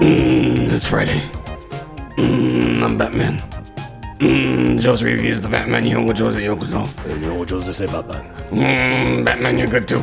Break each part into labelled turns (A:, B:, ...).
A: Mm, it's Friday. Mm, I'm Batman. Mm, Joe's reviews the Batman you with Joe's Yokozo.
B: 日本語上手ですねバッタン
A: Mm, Batman, you're good too.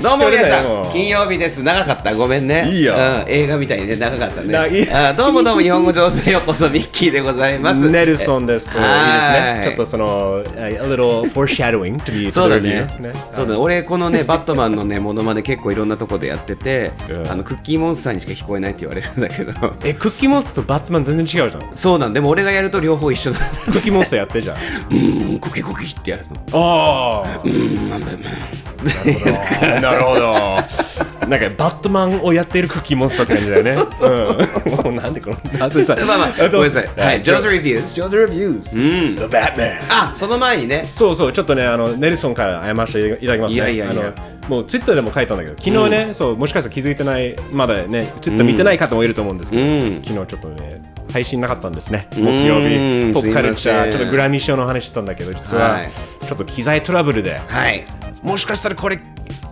C: どうも皆さん、金
B: 金
C: 曜日です。長かった。ごめんね。
B: いいよ
C: うん、映画みたいにね、長かったね。
B: な
C: あ
B: いい
C: ーどうもどうも、日本語上手へようこそ、ミッキーでございます。
B: ネルソンですいい
C: はい
B: ですねちょっとその a little foreshadowing to the
C: そうだ
B: to
C: ね
B: the review
C: そうだね俺 このねバットマンのねモノマネ結構いろんなとこでやってて、
B: うん
C: あのクッキーモンスターにしか聞こえないって言われるんだけど
B: えクッキーモンスターとバットマン全然違うじゃんク
C: そうなんでも俺がやると両方一緒なんだ
B: ッキーモンスターやってじゃん
A: Mm,
C: うんコキコキってやるの
B: あ
A: うん I'm Batman.
B: あなるほどなんかバットマンをやっているクッキーモンスターって感じだよねうん もうなんでこのあそうさ
C: まあまあごめんなさいはいジョーズ・レビュー
B: ジョーズ・レビューズ The Batman
C: あその前にね
B: そうそう、ちょっとね、あのネルソンから謝らせていただきますね。
C: いやいやいや
B: あのもうツイッターでも書いたんだけど、昨日ね、そうもしかしたら気づいてない、まだね、ツイッター見てない方もいると思うんですけど、
C: うん
B: 昨日ちょっとね、配信なかったんですね、木曜日、ポップカルチ
C: すいま
B: ャ
C: せん
B: ー、ちょっとグラミー賞の話してたんだけど、実は、
C: はい
B: ちょっと機材トラブルで、
C: はい
B: もしかしたらこれ、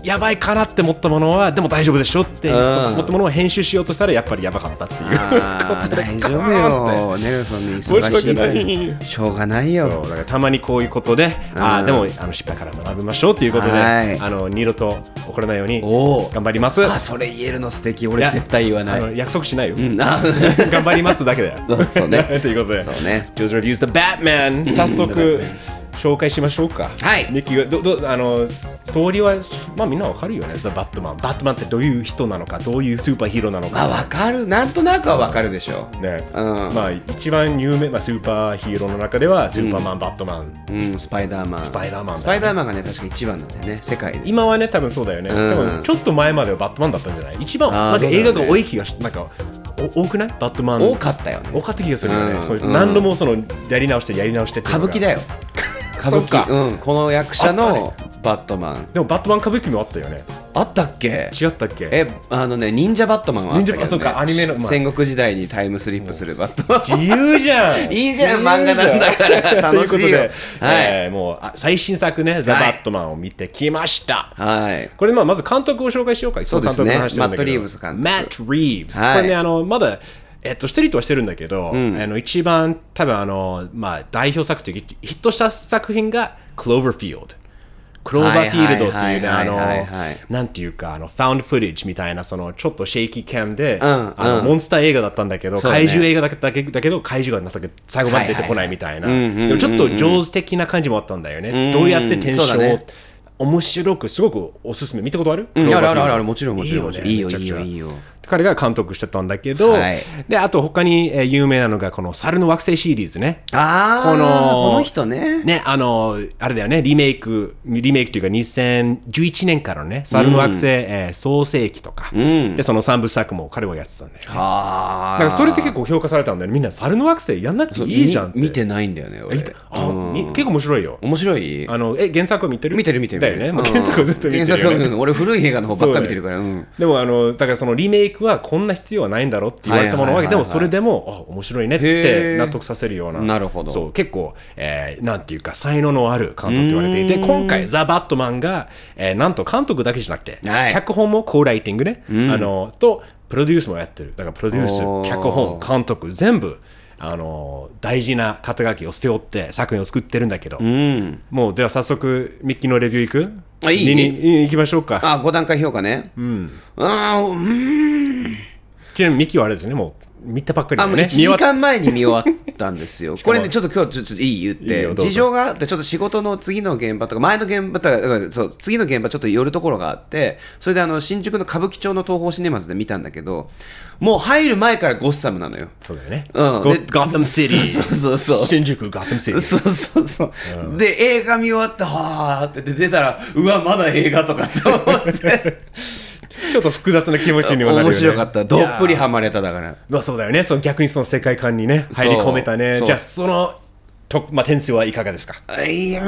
B: やばいかなって思ったものは、でも大丈夫でしょって
C: ん
B: 思ったものを編集しようとしたら、やっぱりやばかったっていう。
C: あー大丈夫よネルソンに忙しいからしょうがない
B: そう
C: よ
B: だからたまにこういうことで、あ
C: う
B: ー
C: ん
B: でもあの失敗から学びましょうということで、
C: はい
B: あの二度と起こらないように
C: おー
B: 頑張ります。
C: あそれ言えるの素敵俺
B: や
C: 絶対言わな
B: あ
C: い
B: の約束しないよ。
C: うんあ
B: 頑張りますだけだよ。
C: そうそうね
B: ということで、
C: そうね
B: Joe's Reviews the Batman 早速紹介しましょうか。
C: はい
B: ミッキーがどどあのストーリーはまあみんなわかるよね。ザバットマン。バットマンってどういう人なのか、どういうスーパーヒーローなの
C: まあ
B: か。
C: わかるなんとなくはわかるでしょう
B: ね、
C: うん
B: まあ一番有名、まあ、スーパーヒーローの中ではスーパーマン、バットマン
C: うん、スパイダーマン。ス
B: パイダーマンだよね
C: スパイダーマンがね、確か一番なんだよね、世界で。
B: 今はね多分そうだよね、
C: ん
B: 多分ちょっと前まではバットマンだったんじゃない一番
C: あー
B: なんか
C: そうだよ
B: 映
C: ね
B: 画が多い気がしなんかお多くないバットマン
C: 多かったよね
B: 多かった気がするよね、
C: うん
B: そう
C: うん
B: 何度もそのやり直してやり直してっていう
C: 歌
B: のが
C: 舞伎だよ。歌
B: そ
C: 舞
B: っか
C: 伎。うん、この役者のバットマン。
B: でもバットマン歌舞伎もあったよね
C: あったっけ
B: 違ったっけ
C: え、あのね、忍者バットマンはあったけど、ね。
B: 忍者あそうかアニメのまあ
C: 戦国時代にタイムスリップするバットマン。
B: 自由じゃん
C: いいじゃん、漫画なんだから。
B: とい
C: 楽
B: うこ
C: し
B: と
C: いよ。
B: で、
C: はい。
B: えーもうあ最新作ね「ザ・
C: はい
B: バットマン」を見てきました、
C: はい。
B: これまあまず監督を紹介しようか。
C: そうですね
B: 監督の話なんだけど
C: マットリーブス監督
B: マット・リーブス。
C: はい
B: これね、あの、まだ、えっと、してる人はしてるんだけど、あの一番多分あの、まあ、代表作というかヒットした作品が、クローバーフィールド。クローバーフィールドっていうね、
C: は
B: あ
C: いはいはい
B: の
C: はいはいはいはい、
B: なんていうか、あの、ファウンドフ o テージみたいな、その、ちょっとシェイキーキャンで、
C: うん
B: あの、
C: うん
B: モンスター映画だったんだけど、
C: そうだ
B: 怪
C: ね
B: 獣映画だけだけだけど、怪獣がなんか最後まで出てこないみたいな。
C: はいはいはいうんうんうん
B: でもちょっと上手的な感じもあったんだよね。
C: ん
B: どうやって転
C: そ
B: 生
C: うだ
B: を
C: ね
B: 面白くすごくおすすめ見たことある、
C: うん
B: クローバー
C: あるあるある
B: フィールド
C: もちろんもちろんもちろん
B: いい
C: いいよ
B: よねめちゃくちゃ
C: いいよいいよ
B: 彼が監督してたんだけど、
C: はい
B: であと他にえー有名なのがこの「猿の惑星」シリーズね
C: あー、
B: この
C: この人ね。
B: ねあのあれだよねリメイクリメイクというか2011年からのね「猿の惑星、えー創世記」とか、でその三部作も彼はやってたんだよね
C: あ
B: だからそれって結構評価されたんだよねみんな猿の惑星やんなくて
C: ー
B: いいじゃんって
C: み見てないんだよね、俺。
B: あ、み結構面白いよ
C: 面白い
B: あのえ原作を見てる
C: 見てる見てる。
B: だよね、もう
C: うん
B: 原作をずっと見てるよね
C: 原作うん俺古い映画の方ばっか見てるから。
B: そううね
C: ん
B: でもあのだからそのリメイクはこんな必要はないんだろうって言われたもの
C: は
B: は
C: いはいはいはい
B: でもそれでもあ面白いねっ
C: へ
B: て
C: ー
B: 納得させるような
C: なるほど
B: そう結構、えーなんていうか才能のある監督と言われていて今回ザ・バットマンが、えーなんと監督だけじゃなくて、
C: はい
B: 脚本もコーライティングね、あのとプロデュースもやってるだからプロデュース
C: おー
B: 脚本監督全部あの大事な肩書きを背負って作品を作ってるんだけど、もうでは早速ミッキーのレビューいく
C: あいい
B: にに行きましょうか
C: あ、5段階評価ね。うん。あー、うん。
B: ちなみにミキはあれですね、もう見たばっかりだ
C: あ、
B: よ
C: もう
B: ね。
C: 1時間前に見終わったんで すよ。これね、ちょっと今日ちょ、ちょっといい言っ
B: いい
C: て
B: よどうぞ
C: 事情があって、ちょっと仕事の次の現場とか、前の現場とかだから、そう、次の現場ちょっと寄るところがあって、それであの、新宿の歌舞伎町の東宝シネマズで見たんだけど、もう入る前からゴッサムなのよ。
B: そうだよね。
C: うん
B: ゴ
C: で
B: ゴッタムシティ。
C: そうそうそうそう
B: 新宿ゴッタ ムシティ。
C: そうそうそう、で映画見終わってはーってで出たらうわまだ映画とかと思って
B: ちょっと複雑な 気持ちにはなるよね。
C: 面白かったどっぷり
B: いや
C: ハマれただから
B: まあそうだよね。その逆にその世界観にね、
C: そう
B: 入り込めたね。
C: そう
B: じゃあその、とまあ、点数はいかがですか
C: いや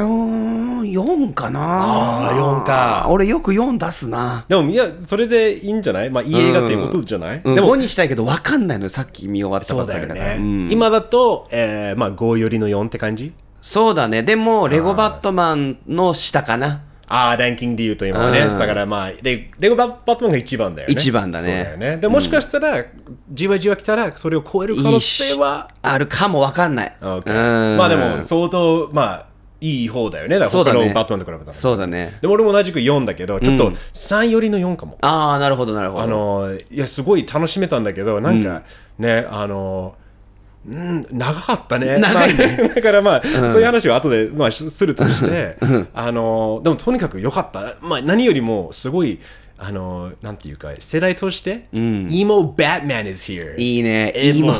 C: 4かな
B: あ
A: Oh,
B: ー四か
C: 俺よく4出すな
B: でも、いや、それでいいんじゃないまあいい映画っていうことじゃない、
C: うん
B: でも、
C: 5にしたいけど分かんないのよさっき見終わった
B: そ
C: ば
B: う
C: っか
B: だよ
C: りだから
B: ね。今だと、えー、まあ5寄りの4って感じ
C: そうだねでもレゴバットマンの下かな
B: ああ、ランキングで言うと今はね。
C: うん
B: だからまあ、レレゴババットマンが一番だよね。
C: 一番だね
B: そうだよね。でもしかしたら、じわじわ来たら、それを超える可能性は。
C: あるかもわかんない。
B: あ OK
C: うん
B: まあでも、相当、まあ、いい方だよね。だから
C: そうだ
B: 他
C: ね
B: のバットマンと比べたら。
C: そうだね。
B: でも俺も同じく4だけど、ちょっと3寄りの4かも。
C: ああ、なるほど、なるほど。
B: あのいやすごい楽しめたんだけどなんか、ねあのうん 長かったね
C: 長い
B: まあだからまあ、そういう話は後でまあしするとしてあのでもとにかく良かったまあ何よりもすごいあのなんていうか世代として、Emo Batman is here
C: いいね。
B: エモ
C: いいもん
B: エ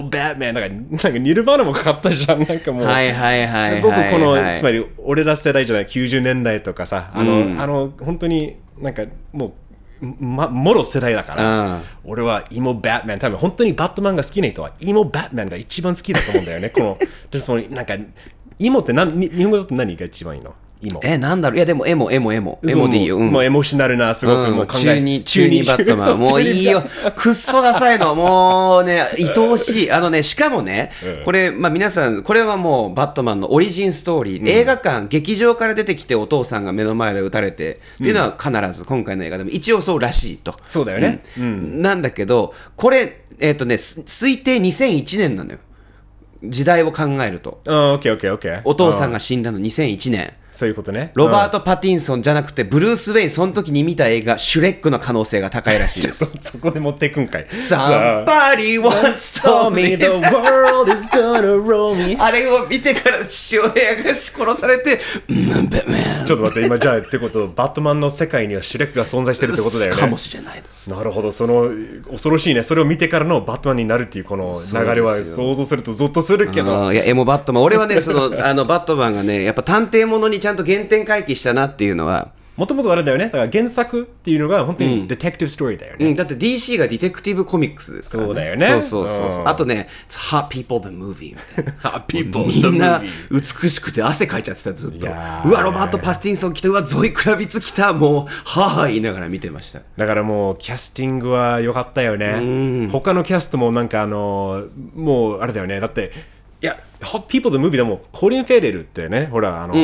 B: モ Batman なんかなんかニルバーナもかかったじゃんなんかもう
C: はいはいはいはいは
B: す
C: い
B: ごくこのつまり俺ら世代じゃない90年代とかさあの、あの本当になんかもうま、もろ世代だから、
C: うん
B: 俺はイモ・バットマン多分本当にバットマンが好きな人はイモ・バットマンが一番好きだと思うんだよねこの でそのなんかイモってなんに日本語だと何が一番いいのイモ
C: え、なんだろう。いや、でも、エモ、エモ、エモ。エモでいいよ。
B: そううんもうエモーショナルなすごくもう考え、
C: 中二、中二バッ トマン。もういいよ。くっそダサいの。もうね、愛おしい。あのね、しかもね、これ、まあ皆さん、これはもうバットマンのオリジンストーリー。映画館、劇場から出てきてお父さんが目の前で撃たれて、っていうのは必ず今回の映画でも一応そうらしいと。
B: そうだよね、
C: うんなんだけど、これ、えっ、とね、す推定2001年なのよ。時代を考えると。
B: うん、オッケーオッケーオッケー
C: お父さん
B: う
C: が死んだの2001年。
B: そういうことね
C: ロバー
B: ト
C: ト・パティンソンじゃなくて、ブルース・ウェイン、その時に見た映画、シュレックの可能性が高いらしいです。
B: そこで持っていくんかい。さあ
C: Somebody once told me
B: the world is gonna roll me.
C: あれを見てから父親が殺されて、
A: mm,
C: うん、ベメン。
B: ちょっと待って、今じゃあってこと、バットマンの世界にはシュレックが存在してるってことだよね
C: かも。しれないです。
B: なるほど、その恐ろしいね、それを見てからのバットマンになるっていうこの流れは想像するとゾッとするけど、
C: あーいやエモバットマン俺はねそのあのバットマンがねやっぱ探偵ものにちゃんと原点回帰したなっていうのは、
B: もともとあれだよね、だから原作っていうのが本当にディテクティブストーリーだよ
C: う
B: ね。
C: ん、だって DC がディテクティブコミックスですから、
B: そうだよね
C: そうそうそうそう
B: うん
C: あとね「It's Hot People the Movie」みたいな
B: Hot people,
C: みんな美しくて汗かいちゃってたずっと
B: いやー
C: うわロバート・パスティンソン来たうわゾイ・クラビツ来たもうはぁはぁ言いながら見てました
B: だからもうキャスティングは良かったよね。他のキャストもなんかあのもうあれだよね。だっていや Hot People the Movie でもコリン・フェレルってねほらあの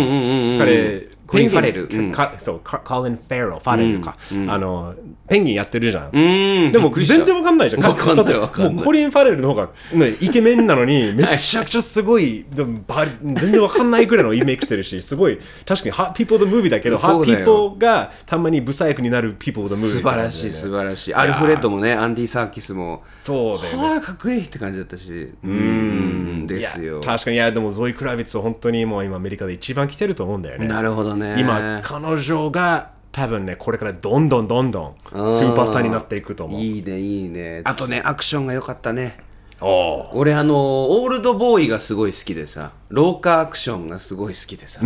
B: 彼
C: コリンファレルうん
B: かそうカコリン・フェレルファレルかあのペンギンやってるじゃん。
C: うん
B: でも全然わかんないじゃん。
C: わかんな
B: だ
C: い
B: って
C: わかんない
B: もうコリン・ファレルの方が、ね、イケメンなの に、めちゃくちゃすごい、でもば全然わかんないぐらいのイメイクしてるし、すごい、確かに Hot People the Movie だけど、
C: そ
B: Hot
C: うだよ
B: People がたまにブサイクになる People the Movie。
C: 素晴らしい素晴らしいアルフレッドもねアンディ・サーキスも
B: そうだよね。
C: はぁかっこいいって感じだったしうんですよ
B: いや確かにいやでもゾイ・クラビッツは本当にもう今アメリカで一番来てると思うんだよね
C: なるほどね
B: 今彼女が多分ねこれからどんどんどんどんスーパースターになっていくと思う
C: いいねいいねあとねアクションが良かったね
B: おう
C: 俺あのオールドボーイがすごい好きでさローカーアクションがすごい好きでさ、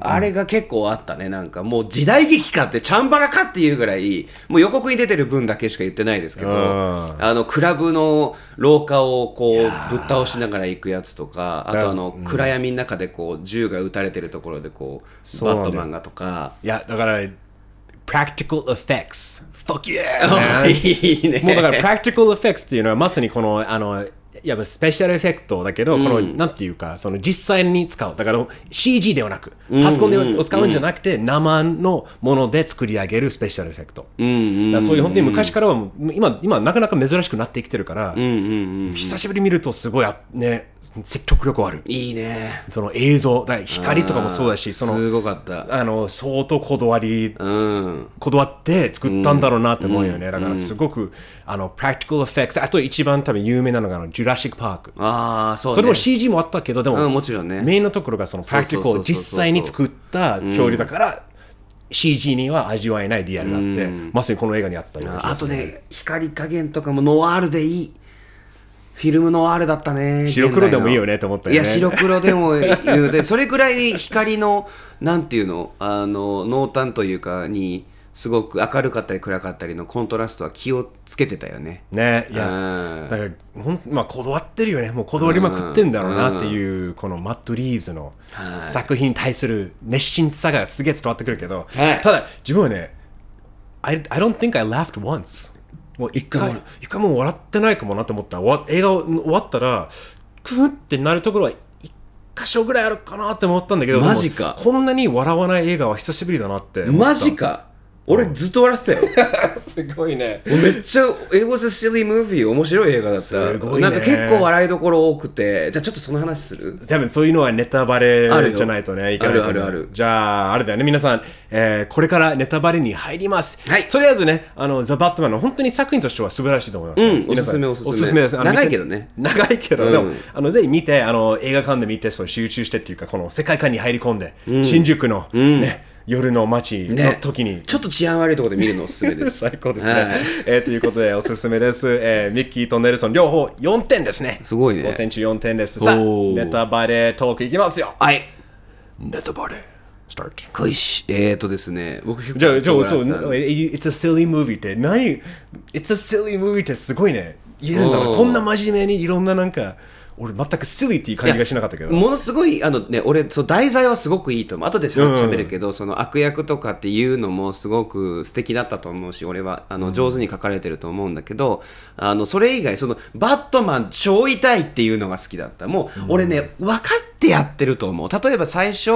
C: あれが結構あったねなんかもう時代劇かってチャンバラかっていうぐらいもう予告に出てる分だけしか言ってないですけどあ
B: ん
C: のクラブの廊下をこうぶっ倒しながら行くやつとかあとあの暗闇の中でこう銃が撃たれてるところでこう
B: うなん
C: バ
B: だ
C: ッ
B: よ
C: トマンがとか。
B: いやだから Practical Effects Fuck yeah
C: いいね
B: もうだから Practical Effects っていうのはまさにこのあのやっぱスペシャルエフェクトだけど、このなんていうかその実際に使うだから CG ではなくパソコンでを使うんじゃなくて、生のもので作り上げるスペシャルエフェクト、だからそういう本当に昔からはもう今今なかなか珍しくなってきてるから、久しぶりに見るとすごいあね説得力ある
C: いいね
B: その映像だから光とかもそうだしそ
C: す
B: の
C: ごかった
B: あの相当こだわり
C: うん
B: こだわって作ったんだろうなって思うよね、だからすごくあのプラクティカルエフェクトあと一番多分有名なのがあのジュラシック・パーク
C: ああそうね
B: それも CG もあったけどでも、
C: うんもちろんね
B: メインのところがそのプラクティカ
C: そ
B: ル
C: う
B: を
C: そうそうそう
B: 実
C: そう
B: 際に作った恐竜だから、CG には味わえないリアルがあって、まさにこの映画にあったような気が
C: あ
B: す
C: と
B: る
C: ね、光加減とかもノワールでいい。フィルムノワールだったね。
B: 白黒でもいいよねと思ったよね
C: いや、白黒でもいい。で、それくらい光の、なんていうの、あの、濃淡というかに、すごく明るかったり暗かったりのコントラストは気をつけてたよね。
B: ねいや
C: うん
B: だからほんまあこだわってるよねもうこだわりまくってんだろうなっていうこのマット・リーブズの作品に対する熱心さがすげえ伝わってくるけど、
C: はい
B: ただ自分はね I, I don't think I laughed once もう一回も一回も笑ってないかもなと思ったわ映画を終わったらクフってなるところは一箇所ぐらいあるかなって思ったんだけど
C: マジか
B: でもこんなに笑わない映画は久しぶりだなって思った
C: マジか俺ずっと笑ってたよ
B: すごいね
C: めっちゃ「It was a silly movie」面白い映画だった
B: すごいね
C: なんか結構笑いどころ多くてじゃあちょっとその話する
B: 多分そういうのはネタバレじゃないとね、いけないと思う
C: あるあるある
B: じゃあ、あれだよね、皆さん、えーこれからネタバレに入ります。
C: はい
B: とりあえずね、あの、ザ・バットマンの本当に作品としては素晴らしいと思います、
C: うん
B: 皆さ
C: おすすめおすすめ
B: おすすめです。あの
C: 長いけどね。
B: 見て長いけど、
C: うん
B: でも、あの、ぜひ見て、あの、映画館で見て、そう集中してっていうか、この世界観に入り込んで、新宿の、ね、夜の街の時に、
C: ちょっと治安悪いところで見るのおすすめです
B: 最高ですね、
C: はい
B: えーということでおすすめです、えーミッキーとネルソン両方4点ですね
C: すごいね
B: 5点中4点ですさあ
C: おー
B: ネタバレトークいきますよ
C: はい
B: ネタバレ start
C: 恋しえーとですね僕
B: じゃあ、じゃあ、
C: 結
B: そ
C: 構
B: う、
C: 笑ってた
B: It's a silly movie って、何 It's a silly movie ってすごいね。言えるんだな
C: おー
B: こんな真面目にいろんななんか、俺全く silly っていう感じがしなかったけど。
C: ものすごいあの、ね、俺そう題材はすごくいいと思う後でしゃべるけど、その悪役とかっていうのもすごく素敵だったと思うし俺はあの上手に書かれてると思うんだけど、あのそれ以外そのバットマン超痛いっていうのが好きだったもう、俺ね分かってやってると思う例えば最初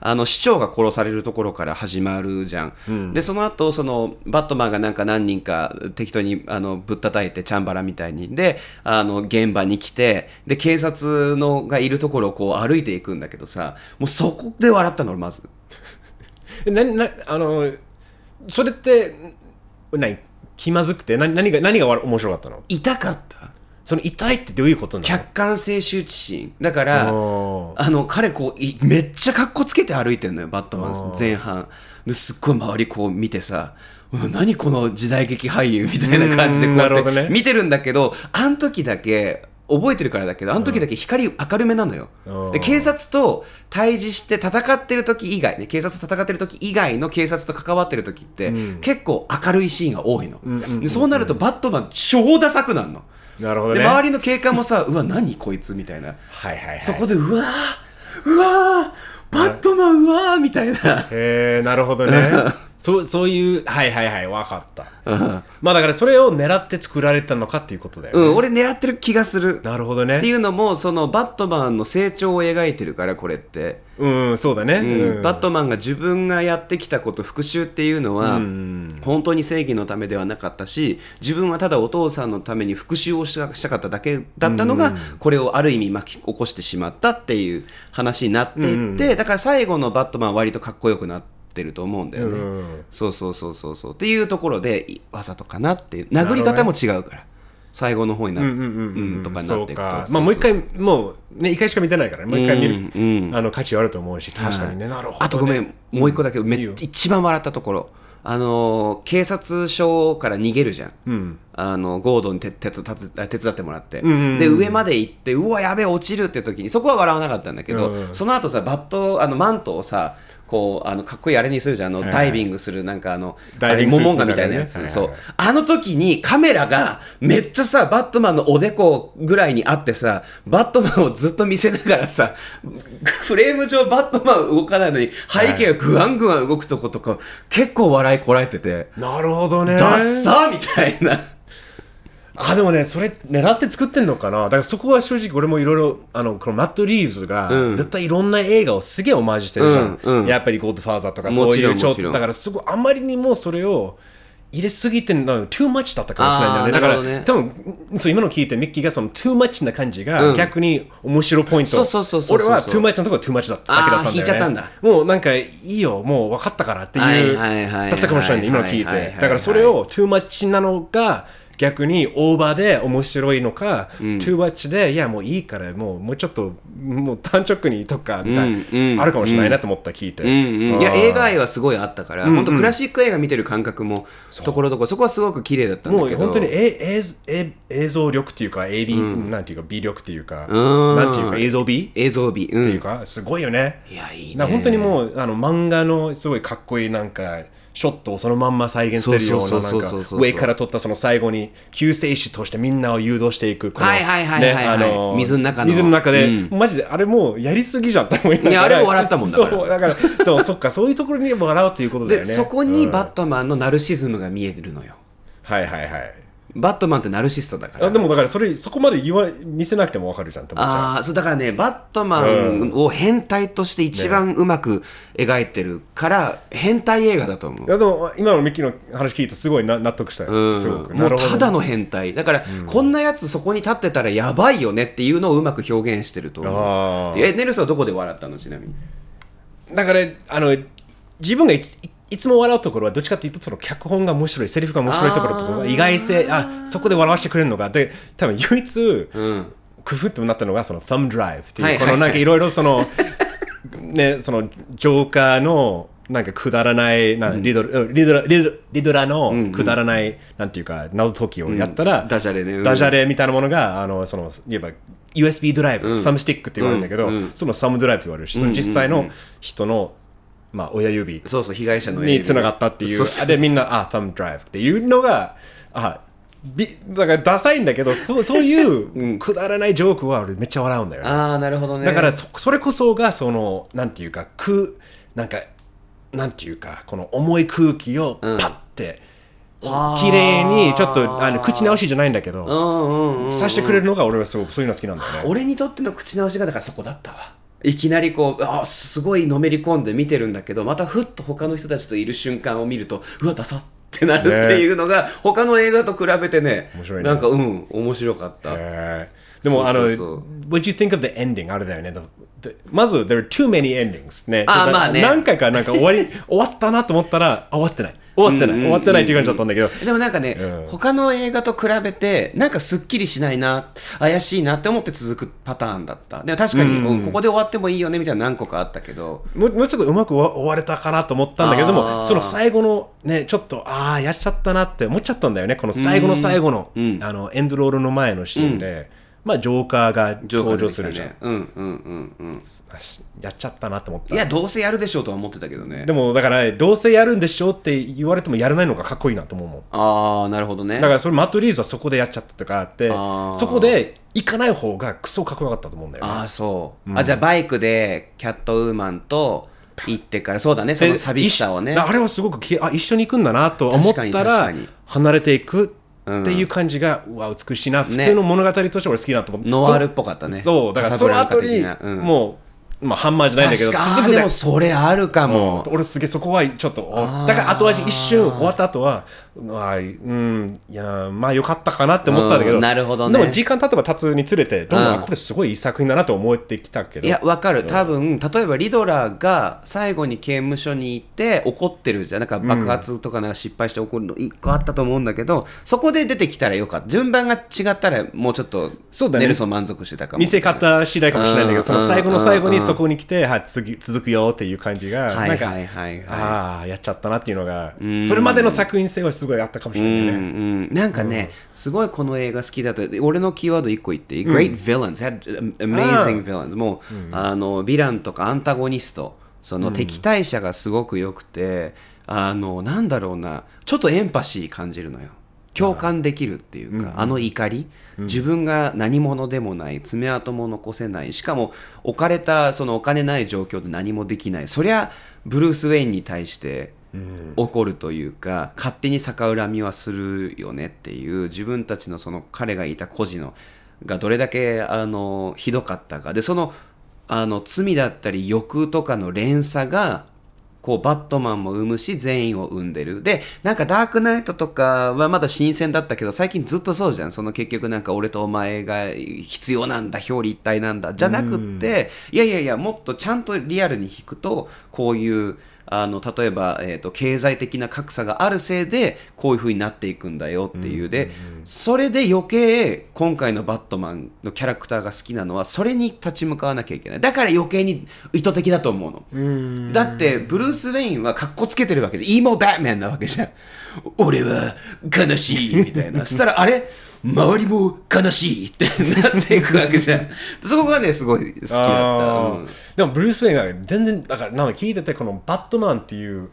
C: あの市長が殺されるところから始まるじゃん、でその後そのバットマンがなんか何人か適当にあのぶったたいてチャンバラみたいにであの現場に来てで警察のがいるところをこう歩いていくんだけどさもうそこで笑ったの俺まず
B: な、な、あの、それって、何気まずくて、な何が、何がわ面白かったの
C: 痛かった
B: その痛いってどういうことなの
C: 客観性周知心だから
B: お
C: あの彼こういめっちゃ格好つけて歩いてんのよバットマン前半ですっごい周りこう見てさうん何この時代劇俳優みたいな感じでこ
B: う
C: う
B: んなる
C: や
B: ほ
C: って
B: どね
C: 見てるんだけどあの時だけ覚えてるからだけどあの時だけ光明るめなのよ、
B: うん
C: で警察と対峙して戦ってる時以外ね警察と戦ってる時以外の警察と関わってる時って、結構明るいシーンが多いの、でそうなるとバットマン超ダサくなるの、
B: なるほどね。
C: で
B: はい
C: 周りの警官もさ うわ何こいつみたいな
B: はいはい。
C: そこで、うわー、うわー、バットマン、うわー、みたいな。
B: へえなるほど ねそうそういうはいはいはい分かったまあだからそれを狙って作られたのか っていうことだよ、
C: う
B: ね
C: ん、俺狙ってる気がする。っ
B: なるほどね
C: ていうのも、そのバットマンの成長を描いてるから、これって。
B: うん、そうだね。うん
C: バットマンが自分がやってきたこと復讐っていうのは本当に正義のためではなかったし自分はただお父さんのために復讐をしたしたかっただけだったのがこれをある意味巻き起こしてしまったっていう話になっていってだから最後のバットマンは割とかっこよくなってると思うんだよね
B: うん
C: そうそうそうそうそうっていうところでいわざとかなっていう殴り方も違うから最後の方になうんとかに
B: そ
C: なっ
B: う
C: ていくと
B: か。まあ、もう一回、もう、ね、一回しか見てないから、もう一回見る、
C: うん
B: あの価値はあると思うし、確かにね、なるほど、ね。
C: あとごめん、もう一個だけ、めっ
B: いいよ
C: 一番笑ったところ、あのー警察署から逃げるじゃん、あのゴードンに手手伝って手伝ってもらって、で上まで行って、うわ、やべえ、落ちるって時に、そこは笑わなかったんだけど、
B: うん
C: その後さ、バット、あのマントをさ、こうあのかっこいいあれにするじゃん、あの
B: はい
C: ダイビングする、なんかあの、
B: ダイビング
C: あ
B: スー
C: れ
B: ツ
C: モモンガみたいなや
B: み
C: つ、
B: たいなね
C: そう
B: はいはい
C: あの時にカメラがめっちゃさ、バットマンのおでこぐらいにあってさ、バットマンをずっと見せながらさ、フレーム上バットマン動かないのに背景がグワングワン動くとことか、結構笑いこらえてて、
B: なるほどね。
C: ダッサーみたいな。
B: あ、でもね、それ狙って作ってんのかな。だからそこは正直俺もいろいろ、あの、このマット・リーブズが、
C: うん
B: 絶対いろんな映画をすげえオマージュしてるじゃん。
C: うんうん
B: やっぱりゴッドファーザーとか、そ
C: も
B: う
C: ち
B: い
C: ろ
B: う、
C: ん
B: ちょ
C: も
B: っ
C: ちろ
B: と、
C: ん
B: だからすごい、あまりにもそれを、入れすぎてんの、too much だったかもしれないんだよね。だか
C: あー
B: ら、
C: なるほどね
B: 多分、そう、今の聞いて、ミッキーがその too much な感じが、
C: ん
B: 逆に面白いポイント。
C: そうそうそうそうそう
B: 俺は too much のところは too much だっただけだったんだよ、ね。
C: あー引いちゃったんだ
B: もうなんか、いいよ、もう分かったからっていう、
C: はいはいはいはいはい
B: だったかもしれない、今の聞い
C: はいはいはい
B: て
C: は。い
B: だからそれを、トゥーマッチなのか逆にオーバーで面白いのか、トゥーマッチでいやもういいからもうもうちょっともう単直にとかみたいな、
C: うんうん
B: あるかもしれないなと思った聞いて、
C: いや映画愛はすごいあったから、本当クラシック映画見てる感覚もところどころそこはすごく綺麗だったん
B: も
C: だ
B: う
C: けど
B: 本当にえ映像え映像力っていうか AB、なんていうか B 力っていうか、
C: うん
B: なんていうか映像 B
C: 映像美、う、
B: っていうんかすごいよね。
C: いやいいね
B: な本当にもうあの漫画のすごいかっこいいなんかショットをそのまんま再現してるよう
C: そ
B: なな
C: うそうんそう
B: か
C: そうそうそう
B: 上から撮ったその最後に救世主としてみんなを誘導していくこの
C: はいはいはいはいはい
B: ねあの
C: 水の中の
B: 水の中で、マジであれもうやりすぎじゃんって思いながら
C: ねあれも笑ったもんだから
B: そうだからそうそっかそういうところにも笑うっていうことだよ
C: で
B: ね
C: そこに
B: うん
C: バットマンのナルシズムが見えるのよ、
B: はいはいはい
C: バットマンってナルシストだから
B: あでもだからそれそこまで言わ見せなくてもわかるじゃんって思っちゃう
C: ああそうだからねバットマンを変態として一番うまく描いてるから、変態映画だと思。
B: いうやでも今のミッキーの話聞いてすごいな納得したよ、
C: うん
B: すごく
C: も
B: なる
C: う
B: ほど
C: ただの変態だから、こんなやつそこに立ってたらやばいよねっていうのをうまく表現してると思
B: あ
C: う
B: ー
C: えネルソンはどこで笑ったのちなみに
B: だからあの自分がいついいつも笑うところはどっちかっていうとその脚本が面白いセリフが面白いところとか意外性あそこで笑わせてくれるのがで多分唯一、工夫ってなったのがその「Thumb Drive」っていう、
C: はいはい
B: こ
C: はい
B: のなんかいろいろそのねそのジョーカーのなんかくだらないなリドルリドラリドリドラのくだらない、なんていうか謎解きをやったら、
C: うんダジャレねうん
B: ダジャレみたいなものがあのそのいえば USB ドライブ、サムスティックって言われるんだけど、そのサムドライブって言われるし、その実際の人の、まあ、親指
C: そうそう被害者の
B: につながったっていう
C: そうそう
B: あでみんなあサムドライブっていうのがあびだからダサいんだけどそうそういうくだらないジョークは俺めっちゃ笑うんだよね、
C: ああなるほどね
B: だからそそれこそがそのなんていうかくなんかなんていうかこの重い空気をパッて、綺麗にちょっとあの口直しじゃないんだけ
C: う
B: ど
C: んうんうん
B: さしてくれるのが俺はすごくそういうの好きなんだよね
C: 俺にとっての口直しがだからそこだったわいきなりこうあすごいのめり込んで見てるんだけどまたふっと他の人たちといる瞬間を見るとうわダサってなる
B: ね
C: っていうのが、他の映画と比べてね
B: 面白いね
C: なんかうん面白かった、
B: えーでも
C: そうそう
B: あ
C: そう
B: の、What do you think of the ending? あれだよね。The- the- まず、there are too many endings ね。
C: あー
B: だから
C: まあね
B: 何回かなんか終わり、 終わったなと思ったら、あ終わってない。終わってない。終わってないっていう感じだったんだけど。
C: でもなんかね、
B: うん
C: 他の映画と比べてなんかすっきりしないな怪しいなって思って続くパターンだったでも確かに、うんここで終わってもいいよねみたいな何個かあったけど
B: もうもうちょっとうまくわ終われたかなと思ったんだけどで
C: あー
B: もその最後のねちょっとああやっちゃったなって思っちゃったんだよねこの最後の最後の,、あのエンドロールの前のシーンで、まあジョーカーが
C: ジョーカー
B: 登場するじゃん、
C: 出てきたねうんうんうんうん
B: あしやっちゃったなと思っ
C: い
B: た
C: やどうせやるでしょうとは思ってたけどね
B: でもだからどうせやるんでしょうって言われてもやらないのがかっこいいなと思うもん
C: ああなるほどね
B: だからそれマット・リーズはそこでやっちゃったとかあって
C: ー
B: そこで行かない方がクソかっこよかったと思うんだよね
C: ああそう、あじゃあバイクでキャットウーマンと行ってからそうだねその
B: で
C: 寂しさをね
B: 一緒あれはすごくきあ一緒に行くんだなと思っ
C: 確
B: た
C: からに確かに
B: 離れていくっていう感じが、うわ美しいな普通の物語として俺好きだなと思って、
C: ノワールっぽかったね
B: そそうだから
C: カサ
B: そ
C: ブ
B: の
C: ランカ
B: 後に
C: 的なうん
B: もう、まあ、ハンマーじゃないんだけど
C: 確かあ
B: 続
C: ー
B: く
C: で
B: ぜ
C: もそれあるかも、
B: 俺すげえそこはちょっとおだから後味一瞬終わった後はうわうんいやーまあよかったかなって思ったんだけど、
C: うんなるほどね
B: でも時間経てば経つにつれてどんどん
C: う
B: あ
C: ん
B: これすごいいい作品だなと思ってきたけど
C: いやわかる多分例えばリドラーが最後に刑務所にいて怒ってるじゃんなんか爆発とかなんか失敗して怒るの一個あったと思うんだけど、そこで出てきたらよかった順番が違ったらもうちょっと
B: そうだね
C: ネルソン満足してたかも
B: 見せ方次第かもしれないんだけ
C: うん
B: ど、その
C: うん
B: 最後の最後
C: う
B: に
C: ん
B: そこに来て、はい、次続くよっていう感じが、
C: はい
B: なんか、
C: はいはいはい
B: ああ、やっちゃったなっていうのが、それまでの作品性はすごいあったかもしれないね。
C: うんうん、なんかね、すごいこの映画好きだと俺のキーワード1個言っていい、Great villains had amazing villains もう、あのヴィランとかアンタゴニストその敵対者がすごく良くて、あのなんだろうなちょっとエンパシー感じるのよ共感できるっていうか、あの怒り、自分が何者でもない爪痕も残せないしかも置かれたそのお金ない状況で何もできないそりゃブルース・ウェインに対して怒るというか、勝手に逆恨みはするよねっていう自分たちのその彼がいた孤児のがどれだけあのひどかったかでそのあの罪だったり欲とかの連鎖がこうバットマンも生むし全員を生んでるでなんかダークナイトとかはまだ新鮮だったけど最近ずっとそうじゃんその結局なんか俺とお前が必要なんだ表裏一体なんだじゃなくっていやいやいやもっとちゃんとリアルに引くとこういうあの例えば、えー、と経済的な格差があるせいでこういう風になっていくんだよっていうで、それで余計今回のバットマンのキャラクターが好きなのはそれに立ち向かわなきゃいけないだから余計に意図的だと思うの。だってブルース・ウェインは格好つけてるわけじゃんイーモ・バットマンなわけじゃん俺は悲しいみた いなそしたらあれ周りも悲しいってなっていくわけじゃんそこがねすごい好きだった
B: あー
C: うん
B: でもブルース・ウェインが全然だからなんか聞いててこの「バットマン」っていう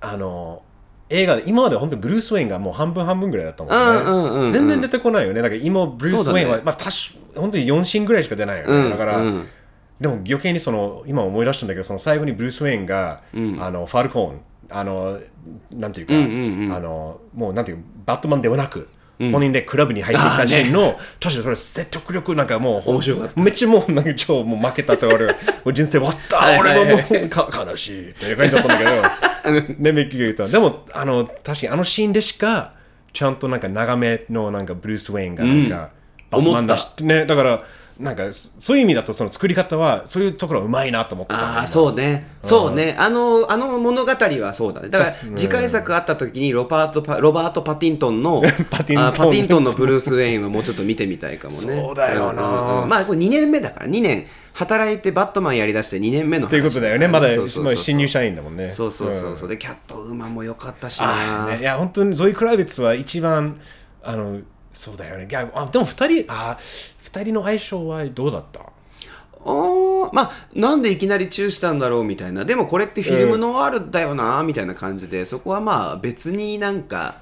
B: あの映画で今まで本当にブルース・ウェインがもう半分半分ぐらいだったも
C: うんうんうんうん
B: んね全然出てこないよねだから今ブルース・ウェイン
C: そうだ
B: は、
C: ね
B: まあ、たし本当に4シーンぐらいしか出ないよね、
C: うん
B: だから、
C: うん
B: でも余計にその今思い出したんだけどその最後にブルース・ウェインが、あのファルコーンあのなんていうか、あのもうなんていうかバットマンではなく、本人でクラブに入ってきたシーンの、確かにそれ説得力なんかもう
C: 面白かった
B: めっちゃもうなんか超もう負けたと俺もう人生終わった、
C: いはいはい
B: 俺ももう か悲しいっていう感じだ ったんだけどねミッキーが言ったでもあの確かにあのシーンでしかちゃんとなんか長めのなんかブルース・ウェインがなんか、バットマンだしねだからなんかそそういう意味だとその作り方はそういうところはうまいなと思ってた
C: ああそうねそうねあのあの物語はそうだねだから次回作あった時にロバートパロバート・パティントンの
B: パティントン
C: あパティントンのブルース・ウェインはもうちょっと見てみたいかもね
B: そうだよなん
C: んうんまあこれ2年目だから2年働いてバットマンやりだして2年目の話
B: っていうことだよねまだ
C: そうそうそうそう
B: まあ新入社員だもんね
C: そうそうそうそうでキャットウーマンも良かったし
B: あ
C: な
B: ーねいや本当にゾイ・クラビッツは一番あのそうだよねいやあでも二人あ二人の相性はどうだった
C: おまあなんでいきなりチューしたんだろうみたいなでもこれってフィルムノワールだよなみたいな感じでそこはまあ別になんか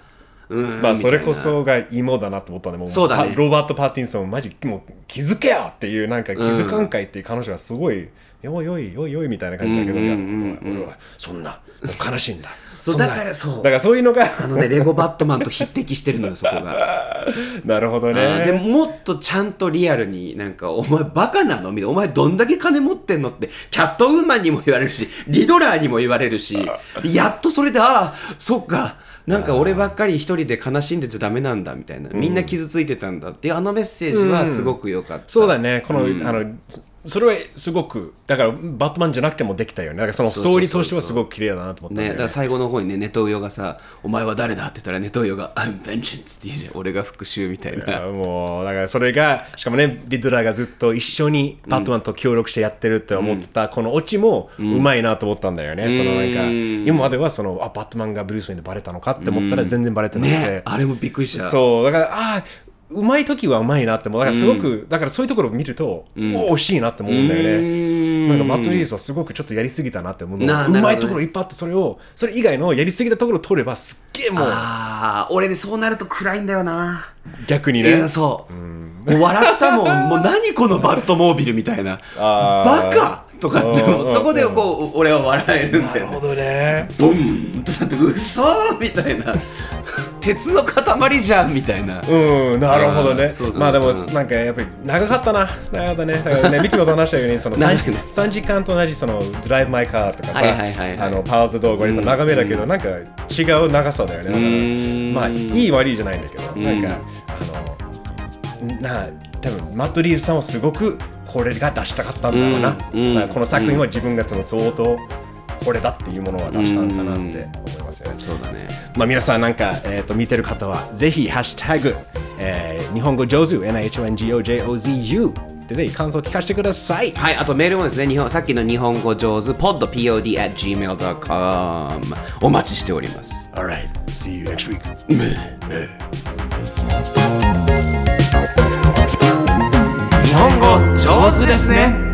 C: うん
B: まあそれこ
C: み
B: そが芋だなと思ったねもう
C: そうだね
B: パロバート・パーティンソンマジもう気づけよっていうなんか気づかんかいっていう彼女がすごい、よいよいよいよいみたいな感じだけど、いや俺はそんなもう悲しいんだ
C: そう
B: そんな
C: だからそ
B: だ
C: う
B: からそういうのが
C: たいなあのねレゴバットマンと匹敵してるのよそこが
B: なるほど
C: あーで
B: ね
C: もっとちゃんとリアルになんかお前バカなのみたいなお前どんだけ金持ってんのってキャットウーマンにも言われるしリドラーにも言われ るしやっとそれでああそっかなんか俺ばっかり一人で悲しんでちゃダメなんだみたいなみんな傷ついてたんだっていうあのメッセージはすごく良かった、
B: そうだねこの、あのそそれはすごくだからバットマンじゃなくてもできたよねだからそのストーリーとしてはすごく綺麗だなと思ったんだ
C: ね、
B: よ
C: だから最後の方にね、ネトウヨがさ、お前は誰だって言ったら、ネトウヨが、I'm vengeance って言うじゃん、俺が復讐みたい
B: いや
C: な。
B: もうだからそれがしかもねリドラーがずっと一緒にバットマンと協力してやってるって思ってた、このオチもうまいなと思ったんだよね、そのなんか今まではそのあバットマンがブルース・ウェインでバレたのかって思ったら全然バレてなくて、
C: ね、あれもびっくりした。
B: そうだからああうまい時はうまいなって思うだからすごく、だからそういうところを見ると、お惜しいなって思うんだよねなんかマット・リースはすごくちょっとやりすぎたなって思うの
C: な
B: う
C: なるほど
B: ま
C: ね
B: いところいっぱいあってそれをそれ以外のやりすぎたところを取ればすっげえもう
C: ああ、俺ね、そうなると暗いんだよな。
B: 逆に
C: い
B: ね
C: や、そう。もう笑ったも ん、もう何このバットモービルみたいな。
B: あー
C: バカとかって思う、そこでこう、俺は笑えるんだよね。
B: どね
C: ボンとなって、嘘みたいな。鉄の塊じゃんみたいな。
B: うん、なるほど
C: あ
B: ね
C: ーそうそう。
B: まあでも
C: う、
B: なんかやっぱり長かったな。長かったね。だから ね、ミキもと話したように、その
C: 長い
B: 3,
C: ね
B: 3時間と同じ、その、ドライブ・マイ・カーとかさ、
C: はいはいはいはい
B: あのパワーズ動画割と長めだけど、なんか違う長さだよね。
C: ん
B: だから、まあ、いい悪いじゃないんだけど、なんか、あの、なあ、多分マット・リーズさんはすごくこれが出したかったんだろうな。
C: うんうん
B: だからこの作品は自分がその相当、これだっていうものは出したんかなって思いますよね。
C: そうだね。
B: まあ、皆さんなんか、えー、と見てる方はぜひ「ハッシュタグ、えー日本語上手 NIHONGOJOZU」でぜひ感想を聞かせてください。
C: はい、あとメールもですね、日本さっきの日本語上手、pod, pod at gmail.com お待ちしております。
B: Alright, see you next week.
C: Alright. 日本語上手ですね。